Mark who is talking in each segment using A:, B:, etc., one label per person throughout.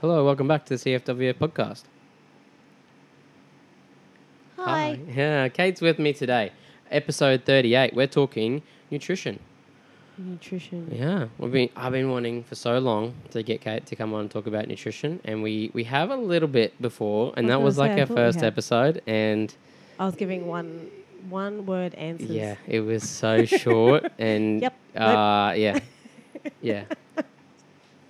A: Hello, welcome back to the CFW podcast.
B: Hi.
A: Yeah, Kate's with me today. Episode 38, we're talking nutrition.
B: Nutrition.
A: Yeah, we've been, I've been wanting for so long to get Kate to come on and talk about nutrition, and we, we have a little bit before, and
B: I was
A: that
B: gonna
A: was
B: say,
A: like
B: I
A: our
B: thought we
A: first
B: had.
A: episode, and
B: I was giving one one word answers.
A: yeah, it was so short, and
B: Yep, nope.
A: uh, yeah, yeah.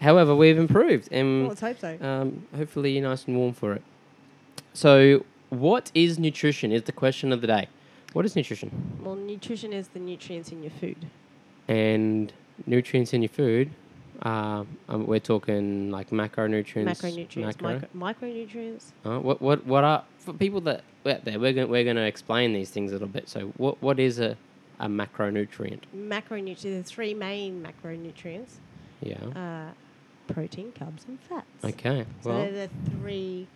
A: However, we've improved,
B: Well,
A: and
B: let's hope so.
A: Um, hopefully, you're nice and warm for it. So, what is nutrition? Is the question of the day. What is nutrition?
B: Well, nutrition is the nutrients in your food.
A: And nutrients in your food. Uh, um, we're talking like macronutrients.
B: Macronutrients,
A: macro.
B: micro, micronutrients.
A: Uh, what what what are for people that out there? We're going we're going to explain these things a little bit. So, what what is a a macronutrient?
B: Macronutrients. There's three main macronutrients:
A: Yeah.
B: uh, protein, carbs, and fats.
A: Oh. okay.
B: So
A: Well.
B: they're the three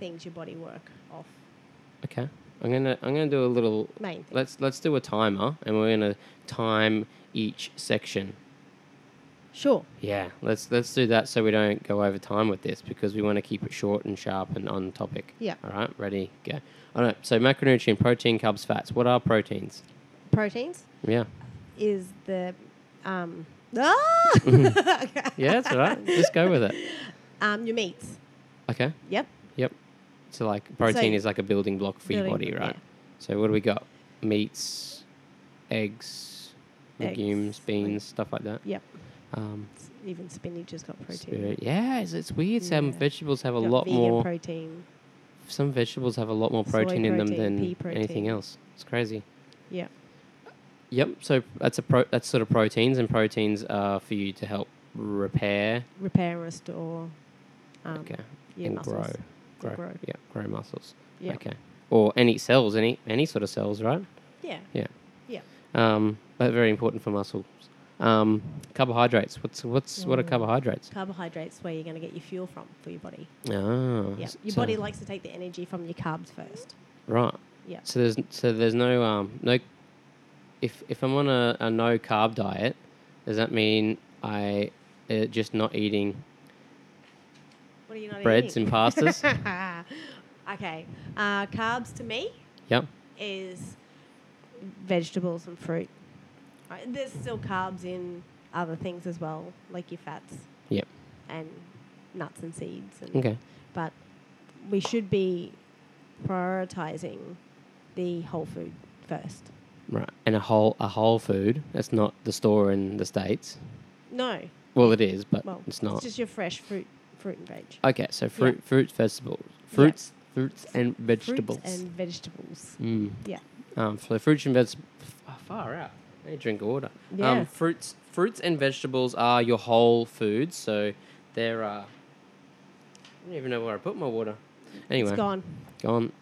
B: things your body work off.
A: Okay. I'm gonna I'm gonna do a little
B: Main thing.
A: Let's let's do a timer, and we're gonna time each section.
B: Sure.
A: Yeah, let's let's do that so we don't go over time with this because we want to keep it short and sharp and on topic.
B: Yeah.
A: All right, ready, go. All right. So macronutrient, protein, carbs, fats. What are proteins?
B: Proteins
A: Yeah.
B: is the um. Ah! Okay.
A: Yeah, that's all right. Just go with it.
B: Um, your meats.
A: Okay.
B: Yep.
A: Yep. So like protein is like a building block for your
B: Building
A: body,
B: block,
A: right?
B: yeah.
A: So what do we got? Meats, eggs, legumes,
B: Eggs,
A: beans, stuff like that.
B: Yep.
A: Um,
B: S- Even spinach has got protein.
A: spirit. Yeah, it's, it's weird. Some
B: Yeah.
A: vegetables have a
B: Got
A: lot
B: vegan
A: more.
B: protein.
A: some vegetables have a lot more
B: Soy
A: protein in them
B: protein,
A: than
B: pea protein.
A: anything else. It's crazy.
B: Yeah.
A: Yep. So that's a pro- that's sort of proteins, and proteins are for you to help repair.
B: Repair and restore. Um,
A: okay.
B: Your
A: and
B: muscles.
A: grow, grow.
B: to grow.
A: Yeah, grow muscles.
B: Yeah.
A: Okay. Or any cells, any any sort of cells, right?
B: Yeah.
A: Yeah.
B: Yeah.
A: Um, but very important for muscles. Um, carbohydrates. What's what's what are
B: Mm.
A: carbohydrates?
B: Carbohydrates where you're going to get your fuel from for your body.
A: Ah.
B: Yeah.
A: s-
B: Your
A: so-
B: body likes to take the energy from your carbs first.
A: Right.
B: Yeah.
A: So there's so there's no um no if if I'm on a, a no carb diet, does that mean I uh, just not eating
B: What are you not
A: breads and
B: eating?
A: pastas?
B: okay. Uh, carbs to me
A: yep.
B: is vegetables and fruit. Uh, There's still carbs in other things as well, like your fats.
A: Yep.
B: And nuts and seeds. And
A: Okay.
B: but we should be prioritizing the whole food first.
A: Right. And a whole a whole food. That's not the store in the states.
B: No,
A: Well, it is, but
B: well,
A: Uh, it's not.
B: just your fresh fruit, fruit and veg,
A: okay. So fruit fruit vegetables fruits fruits and vegetables.
B: fruits and vegetables.
A: mm.
B: Yeah,
A: Um, so fruits and vegetables. oh, Far out. I need to drink water.
B: Yeah.
A: Um, fruits, fruits and vegetables are your whole foods. So there are. I don't even know where I put my water. Anyway,
B: it's gone.
A: gone.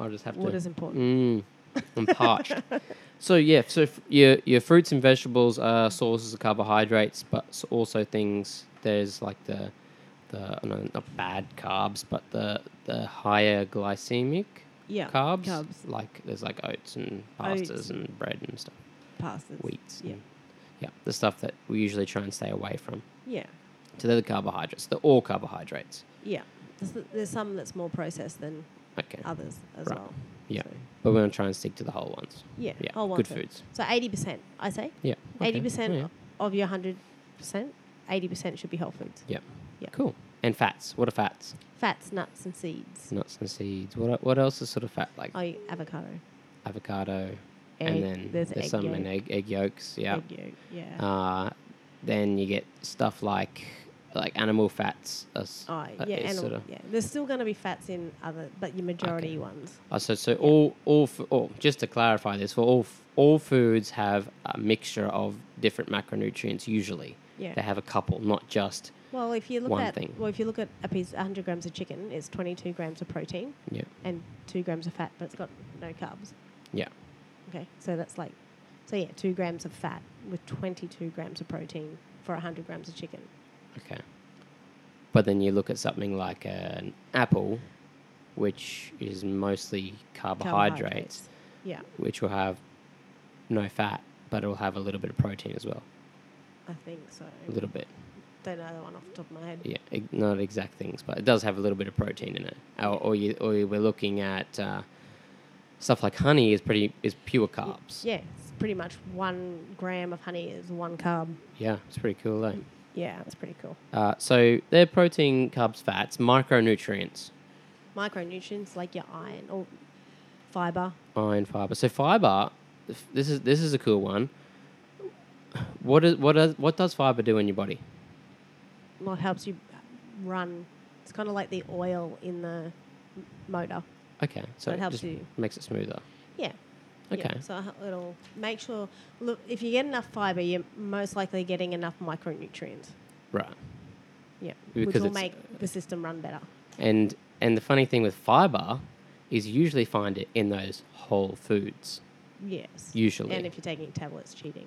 A: I'll just have
B: Water's
A: to.
B: important.
A: Mm, I'm parched. so yeah, so f- your your fruits and vegetables are sources of carbohydrates, but s- also things there's like the the no, not bad carbs, but the the higher glycemic
B: Yeah,
A: Mm. carbs,
B: carbs.
A: Like there's like oats and pastas
B: Oats.
A: and bread and stuff,
B: pastas,
A: wheats.
B: Yeah,
A: and- yeah, the stuff that we usually try and stay away from.
B: yeah,
A: So they're the carbohydrates. They're all carbohydrates.
B: yeah. There's, there's some that's more processed than
A: Okay,
B: others as
A: Right.
B: well.
A: Yeah.
B: So,
A: but we're gonna try and stick to the whole ones.
B: yeah,
A: Yeah,
B: whole one
A: good
B: food.
A: foods.
B: So eighty percent, I say,
A: Yeah, okay.
B: eighty
A: Oh, yeah.
B: percent of your hundred percent, eighty percent should be whole foods.
A: Yeah.
B: Yeah.
A: Cool. And fats. What are fats?
B: Fats, nuts, and seeds.
A: Nuts and seeds. What are- What else is sort of fat? Like
B: Oh, avocado.
A: avocado,
B: Egg.
A: and then there's,
B: egg
A: some
B: yolk,
A: and egg egg yolks. Yeah.
B: egg yolk, yeah.
A: Uh, then you get stuff like like animal fats. are s-
B: oh,
A: uh,
B: yeah,
A: is
B: animal,
A: sort of-
B: yeah. There's still going to be fats in other, but your majority ones.
A: Oh, so so all all f- oh, just to clarify this for all f- all foods have a mixture of different macronutrients. Usually,
B: Yeah.
A: they have a couple, not just
B: Well, if you look
A: One
B: at
A: thing.
B: well, if you look at a piece, 100 grams of chicken, it's 22 grams of protein
A: yeah
B: and two grams of fat, but it's got no carbs.
A: yeah
B: Okay, so that's like, so yeah, two grams of fat with 22 grams of protein for 100 grams of chicken.
A: okay. But then you look at something like an apple, which is mostly carbohydrates,
B: Carbohydrates. Yeah,
A: which will have no fat, but it will have a little bit of protein as well,
B: I think so.
A: a little bit.
B: don't know the one off the top of my head.
A: yeah, eg- not exact things, but it does have a little bit of protein in it. Or, or you, or you we're looking at uh, stuff like honey is pretty is pure carbs.
B: Yeah, it's pretty much one gram of honey is one carb.
A: Yeah, it's pretty cool though.
B: Yeah, it's pretty cool.
A: Uh, so they're protein, carbs, fats, micronutrients,
B: Micronutrients like your iron or fiber.
A: iron, fiber. So fiber, f- this is this is a cool one. What is what is what does fiber do in your body?
B: Well, it helps you run. It's kind of like the oil in the m- motor.
A: Okay, so
B: So it helps
A: just
B: you.
A: makes it smoother.
B: Yeah.
A: Okay,
B: Yeah, so h- it'll make sure. Look, if you get enough fiber, you're most likely getting enough micronutrients.
A: right.
B: Yeah,
A: Because
B: which will
A: it's-
B: make the system run better.
A: And and the funny thing with fiber is you usually find it in those whole foods.
B: Yes.
A: Usually.
B: And if you're taking tablets, cheating.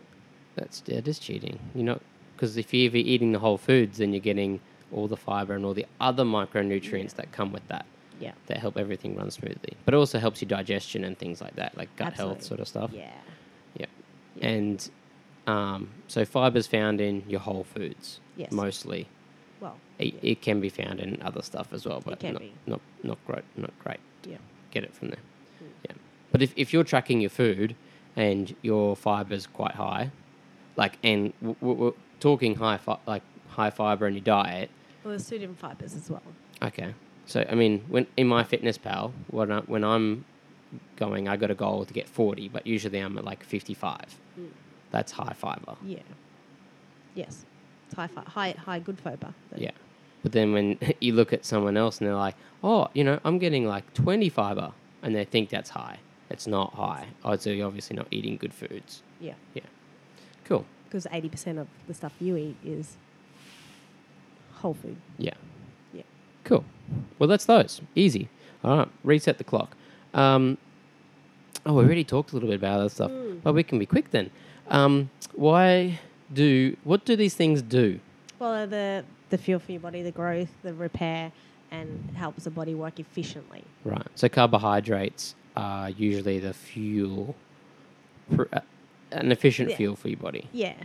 A: That's that is cheating. You know, because if you're eating the whole foods, then you're getting all the fiber and all the other micronutrients that come with that
B: Yeah.
A: that help everything run smoothly. But it also helps your digestion and things like that, like gut health
B: Absolutely.
A: sort of stuff.
B: Yeah.
A: Yeah.
B: Yeah.
A: And um, so fiber's found in your whole foods
B: Yes.
A: mostly.
B: Well.
A: It, it can be found in other stuff as well, but
B: can
A: not,
B: be.
A: not not great. Not great.
B: Yeah. Mm.
A: Get it from there. Yeah. But if, if you're tracking your food and your fiber's quite high, like and w- w- we're talking high fi- like high fiber in your diet.
B: Well, there's two different fibers as well.
A: Okay. So I mean, when in my fitness pal, when I, when I'm going, I got a goal to get 40, but usually I'm at like 55.
B: Mm.
A: That's high fiber.
B: Yeah. Yes. It's high, fi- high, high, good fiber. then.
A: Yeah. But then when you look at someone else and they're like, oh, you know, I'm getting like 20 fiber, and they think that's high. It's not high. Oh, so you're obviously not eating good foods.
B: Yeah.
A: Yeah. Cool.
B: Because 80% of the stuff you eat is whole food.
A: Yeah.
B: Yeah.
A: Cool. Well, that's those. Easy. All right. Reset the clock. Um, oh, we already talked a little bit about that stuff,
B: Hmm.
A: but we can be quick then. Um, why do what do these things do?
B: Well, uh, the, the fuel for your body, the growth, the repair, and helps the body work efficiently.
A: Right. So carbohydrates are usually the fuel, pr- uh, an efficient
B: Yeah. Eh.
A: fuel for your body.
B: Yeah.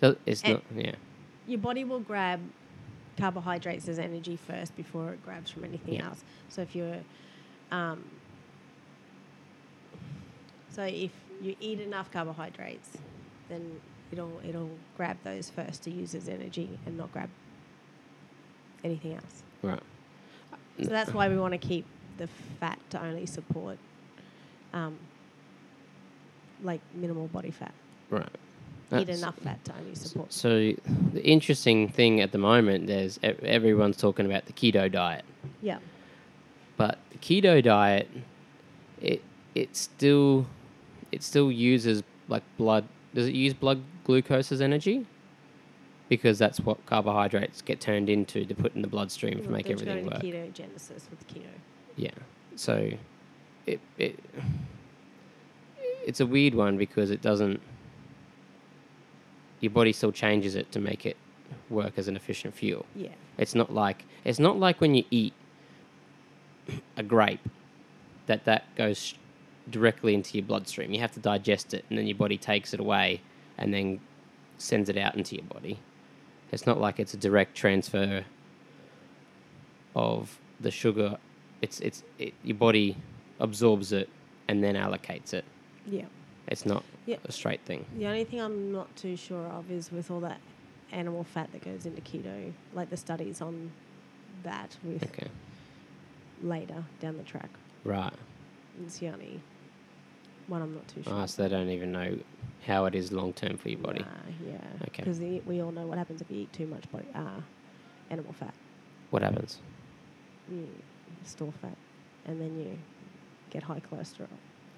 A: So It's
B: And-
A: not. Yeah.
B: Your body will grab carbohydrates as energy first before it grabs from anything
A: Yeah.
B: else. So if you're. Um, so if you eat enough carbohydrates, then it'll it'll grab those first to use as energy and not grab anything else.
A: Right.
B: So that's why we want to keep the fat to only support, um, like minimal body fat.
A: Right.
B: Eat
A: That's-
B: enough fat to only support.
A: So the interesting thing at the moment is e- everyone's talking about the keto diet.
B: Yeah,
A: but the keto diet it it still it still uses like blood does it use blood glucose as energy because that's what carbohydrates get turned into to put in the bloodstream to make
B: They're
A: everything work
B: trying to Ketogenesis with keto.
A: yeah so it it it's a weird one because it doesn't your body still changes it to make it work as an efficient fuel
B: Yeah,
A: it's not like it's not like when you eat a grape that that goes directly into your bloodstream. You have to digest it, and then your body takes it away and then sends it out into your body. It's not like it's a direct transfer of the sugar. It's it's it, your body absorbs it and then allocates it.
B: yeah.
A: It's not
B: Yeah.
A: a straight thing.
B: The only thing I'm not too sure of is with all that animal fat that goes into keto, like the studies on that with
A: Okay,
B: later down the track.
A: right.
B: It's the only one I'm not too sure.
A: Ah,
B: of.
A: so they don't even know how it is long term for your body.
B: Nah, yeah.
A: Okay.
B: Because we all know what happens if you eat too much body, uh, animal fat.
A: What happens?
B: You store fat, and then you get high cholesterol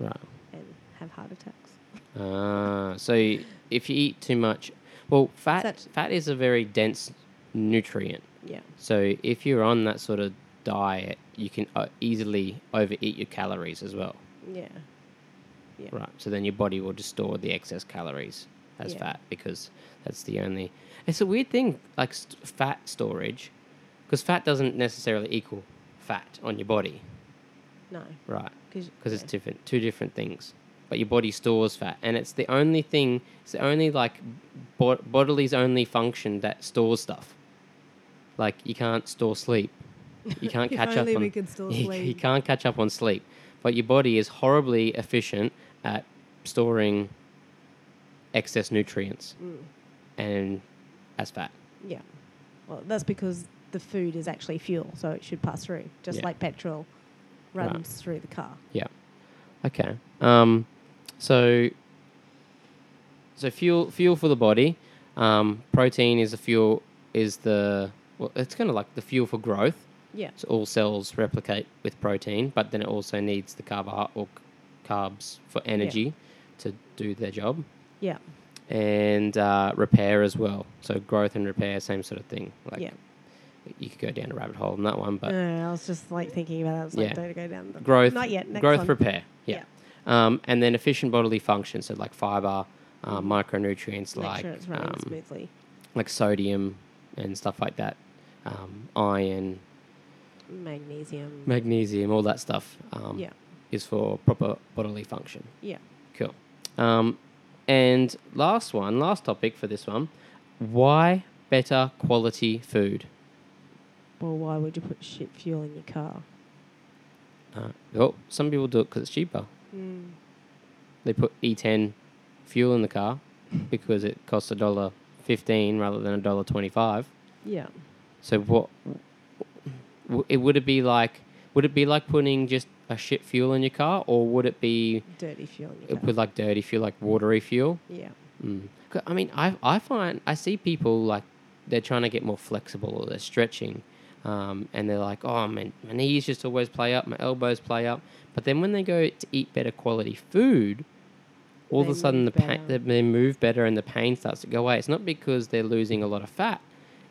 A: Right.
B: and have heart attacks.
A: Ah, so y- if you eat too much, well, fat
B: Such-
A: fat is a very dense nutrient.
B: Yeah.
A: So if you're on that sort of diet, you can uh, easily overeat your calories as well.
B: Yeah. Yeah.
A: Right. So then your body will just store the excess calories as
B: Yeah.
A: fat because that's the only. It's a weird thing, like st- fat storage, because fat doesn't necessarily equal fat on your body.
B: No.
A: Right.
B: Because
A: because it's different, two different things. But your body stores fat, and it's the only thing, it's the only like bo- body's only function that stores stuff. Like you can't store sleep. You can't
C: If
A: catch up
C: only
A: on
C: we could store
A: you,
C: sleep.
A: you can't catch up on sleep. But your body is horribly efficient at storing excess nutrients
B: Mm.
A: and as fat.
B: Yeah. Well, that's because the food is actually fuel, so it should pass through, just
A: Yeah.
B: like petrol
A: Right.
B: runs through the car.
A: Okay. Um, so so fuel fuel for the body. Um, protein is the fuel is the well, it's kind of like the fuel for growth.
B: Yeah.
A: So all cells replicate with protein, but then it also needs the carb or c- carbs for energy to do their job
B: Yeah.
A: and uh, repair as well. So growth and repair, same sort of thing. Like
B: Yeah.
A: you could go down a rabbit hole on that one, but
B: no, no, I was just like thinking about that. I was like,
A: Yeah.
B: don't go down the
A: growth,
B: Not yet. Next
A: growth
B: one.
A: repair, yeah. Um, and then efficient bodily function, so like fiber, uh, micronutrients
B: Make
A: like
B: sure it's running
A: um,
B: smoothly.
A: like sodium and stuff like that, um, iron,
B: Magnesium.
A: magnesium, all that stuff. Um,
B: yeah.
A: is for proper bodily function.
B: Yeah.
A: Cool. Um, and last one, last topic for this one: why better quality food?
B: Well, why would you put shit fuel in your car?
A: Uh, oh, some people do it because it's cheaper.
B: Mm.
A: They put E10 fuel in the car because it costs a dollar fifteen rather than a dollar twenty-five.
B: Yeah.
A: So what? w- It would it be like? Would it be like putting just a shit fuel in your car, or would it be
B: Dirty fuel in your
A: it
B: car.
A: with like dirty fuel, like watery fuel?
B: yeah.
A: Mm. 'Cause, I mean, I I find I see people like they're trying to get more flexible or they're stretching, um, and they're like, oh man, my knees just always play up, my elbows play up. But then when they go to eat better quality food, all
B: They
A: of a sudden the
B: move
A: pain
B: better.
A: they, they move better and the pain starts to go away. It's not because they're losing a lot of fat;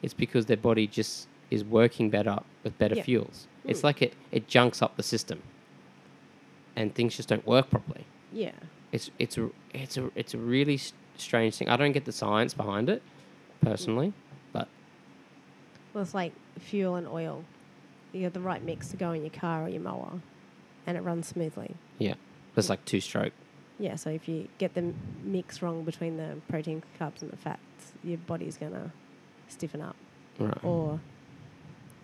A: it's because their body just is working better with better
B: Yeah.
A: fuels. It's
B: Mm.
A: like it it junks up the system, and things just don't work properly
B: Yeah.
A: it's it's a it's a it's a really s- strange thing. I don't get the science behind it personally, but
B: Well, it's like fuel and oil. You get the right mix to go in your car or your mower, and it runs smoothly.
A: yeah, that's like two stroke.
B: Yeah, so if you get the m- mix wrong between the protein, carbs, and the fats, your body's gonna stiffen up
A: Right.
B: or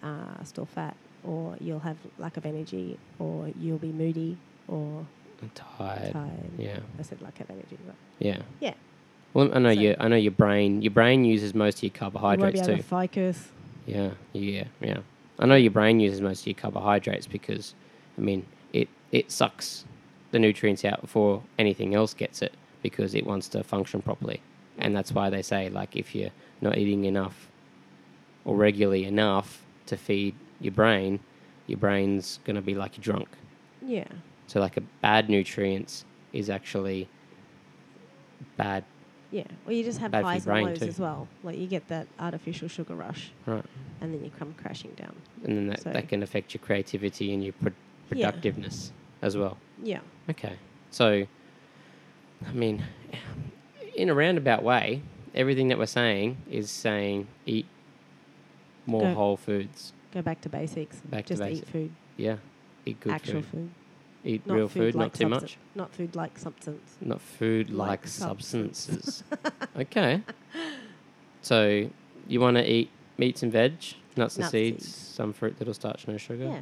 B: uh, store fat, or you'll have lack of energy, or you'll be moody or
A: I'm tired.
B: tired.
A: Yeah.
B: I said lack of energy, but
A: Yeah.
B: yeah,
A: Well, I know
B: So-
A: your I know your brain. Your brain uses most of your
B: you won't be
A: carbohydrates
B: able
A: too.
B: to focus.
A: Yeah, yeah, yeah. I know your brain uses most of your carbohydrates because, I mean, it it sucks the nutrients out before anything else gets it because it wants to function properly, and that's why they say like if you're not eating enough or regularly enough to feed your brain, your brain's gonna be like you're drunk.
B: Yeah,
A: So like a bad nutrients is actually bad,
B: yeah. Or you just have
A: Bad for your
B: highs and
A: brain
B: lows
A: too.
B: as well. Like you get that artificial sugar rush,
A: right?
B: and then you come crashing down.
A: And then that,
B: So-
A: that can affect your creativity and your pro-
B: Yeah.
A: productiveness as well.
B: Yeah,
A: Okay. So, I mean, in a roundabout way, everything that we're saying is saying eat more
B: Go-
A: whole foods.
B: go back to basics.
A: Back to
B: just eat
A: basics.
B: food,
A: Yeah. Eat good
B: actual
A: food.
B: food,
A: Eat real food, not too
B: substan-
A: much.
B: Not food like substance.
A: Not food like,
B: Like
A: substances. okay. So, you want to eat meats and veg, nuts and
B: Nuts,
A: seeds,
B: seeds.
A: some fruit, little starch, no sugar.
B: Yeah,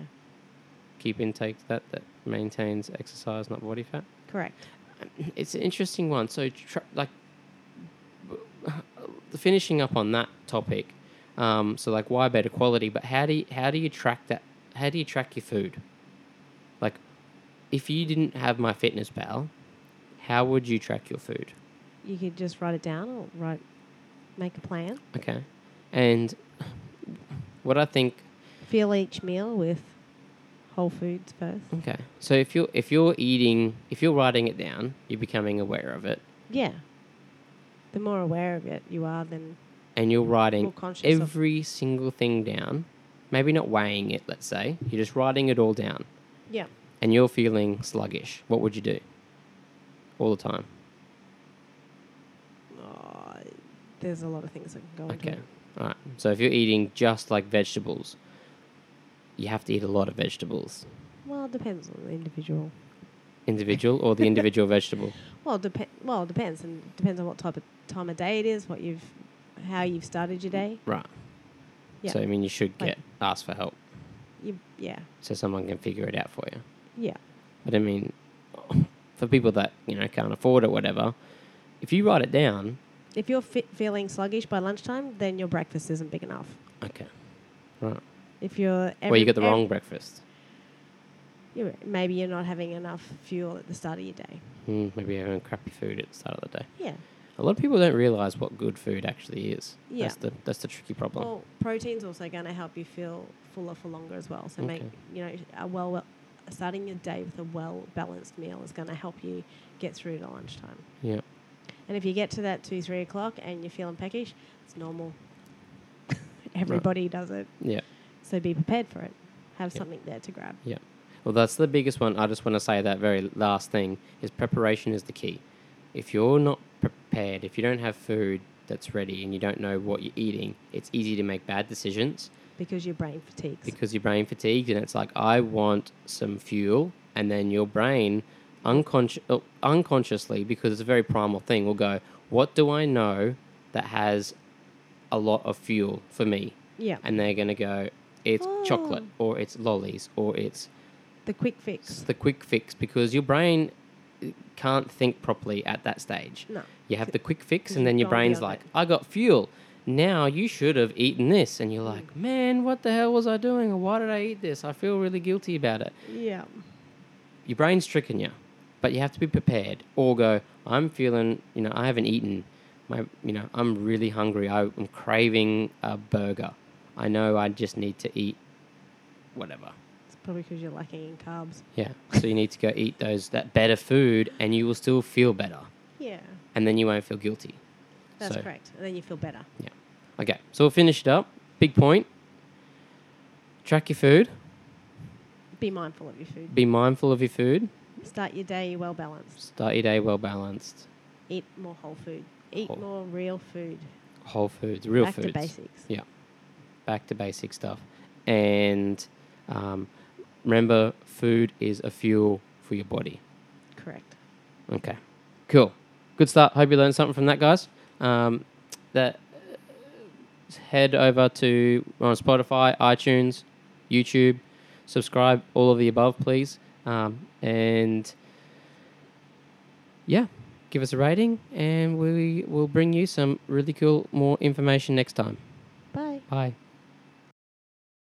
A: Keep intake that that maintains exercise, not body fat.
B: correct.
A: it's an interesting one. So, tr- like, finishing up on that topic. Um, so, like, why better quality? But how do you, how do you track that? How do you track your food? Like, if you didn't have my Fitness Pal, how would you track your food?
B: You could just write it down or write, make a plan.
A: Okay, and what I think
B: Fill each meal with whole foods first.
A: Okay. So if you're if you're eating if you're writing it down, you're becoming aware of it,
B: Yeah. The more aware of it you are, then
A: and you're
B: more
A: writing
B: conscious of
A: every single thing down. Maybe not weighing it. Let's say you're just writing it all down,
B: yeah.
A: and you're feeling sluggish. What would you do? All the time.
B: Oh, there's a lot of things that can go into
A: Okay.
B: it.
A: All right. So if you're eating just like vegetables, you have to eat a lot of vegetables.
B: Well, it depends on the individual.
A: Individual or the individual vegetable.
B: Well, depend. Well, it depends, and depends on what type of time of day it is, what you've, how you've started your day.
A: Right.
B: Yeah.
A: So I mean, you should
B: Like-
A: get asked for help
B: You, yeah.
A: so someone can figure it out for you.
B: Yeah.
A: But I mean, for people that you know can't afford it, whatever, if you write it down,
B: If you're fe- feeling sluggish by lunchtime, then your breakfast isn't big enough.
A: okay, right?
B: If you're every,
A: Well, you got the
B: ev-
A: wrong breakfast.
B: you- maybe you're not having enough fuel at the start of your day.
A: Mm, maybe you're having crappy food at the start of the day.
B: Yeah.
A: A lot of people don't realize what good food actually is.
B: Yeah.
A: That's the that's the tricky problem.
B: Well, protein's also going to help you feel fuller for longer as well. So make
A: Okay.
B: you know a well, well starting your day with a well balanced meal is going to help you get through to lunchtime.
A: yeah.
B: And if you get to that two three o'clock and you're feeling peckish, it's normal. Everybody does it,
A: Yeah.
B: so be prepared for it. Have
A: Yeah.
B: something there to grab.
A: Yeah. Well, that's the biggest one. I just want to say that very last thing is preparation is the key. If you're not prepared, if you don't have food that's ready and you don't know what you're eating, it's easy to make bad decisions
B: because your brain fatigues.
A: because your brain fatigues and it's like I want some fuel, and then your brain unconsci- uh, unconsciously because it's a very primal thing will go, what do I know that has a lot of fuel for me?
B: yeah,
A: And they're going to go, it's chocolate
B: Oh.
A: or it's lollies or it's
B: the quick
A: it's
B: fix.
A: the quick fix because your brain can't think properly at that stage.
B: No.
A: You have the quick fix,
B: 'Cause
A: and then
B: you've
A: your
B: gone
A: brain's
B: beyond
A: like,
B: it.
A: I got fuel. Now you should have eaten this. And you're like, man, what the hell was I doing? Or why did I eat this? I feel really guilty about it.
B: Yeah,
A: Your brain's tricking you, but you have to be prepared or go, I'm feeling, you know, I haven't eaten. My, you know, I'm really hungry. I, I'm craving a burger. I know I just need to eat whatever.
B: it's probably because you're lacking in carbs.
A: Yeah. So you need to go eat those that better food, and you will still feel better,
B: Yeah,
A: and then you won't feel guilty.
B: that's
A: So-
B: correct. And then you feel better.
A: Yeah. Okay. So we'll finish it up. Big point. Track your food.
B: Be mindful of your food.
A: Be mindful of your food.
B: Start your day well balanced.
A: Start your day well balanced.
B: Eat more whole food. Eat
A: Whole-
B: more real food.
A: Whole foods, real
B: Back
A: foods.
B: to basics.
A: Yeah. Back to basic stuff, and um, remember, food is a fuel for your body.
B: Correct.
A: Okay. Cool. Good start. Hope you learned something from that, guys. Um, that uh, head over to we're on Spotify, iTunes, YouTube. Subscribe, all of the above, please. Um, and yeah, give us a rating, and we will bring you some really cool more information next time.
B: Bye.
A: Bye.